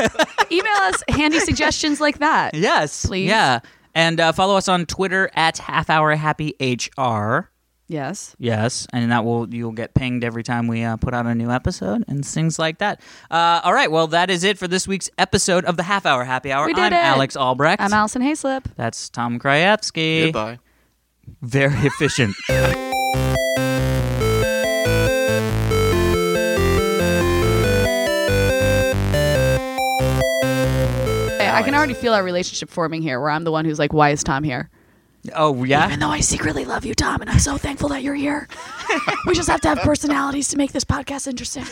C: email us handy suggestions like that.
B: yes
C: Please.
B: yeah and uh, follow us on Twitter at half hour happy hr
C: Yes.
B: Yes, and that will you'll get pinged every time we uh, put out a new episode and things like that. Uh, all right, well that is it for this week's episode of the Half Hour Happy Hour.
C: We did
B: I'm
C: it.
B: Alex Albrecht.
C: I'm Allison Hayslip.
B: That's Tom Krajewski.
A: Goodbye.
B: Very efficient.
C: I can already feel our relationship forming here where I'm the one who's like, why is Tom here?
B: oh yeah.
C: Even though I secretly love you, Tom, and I'm so thankful that you're here. we just have to have personalities to make this podcast interesting.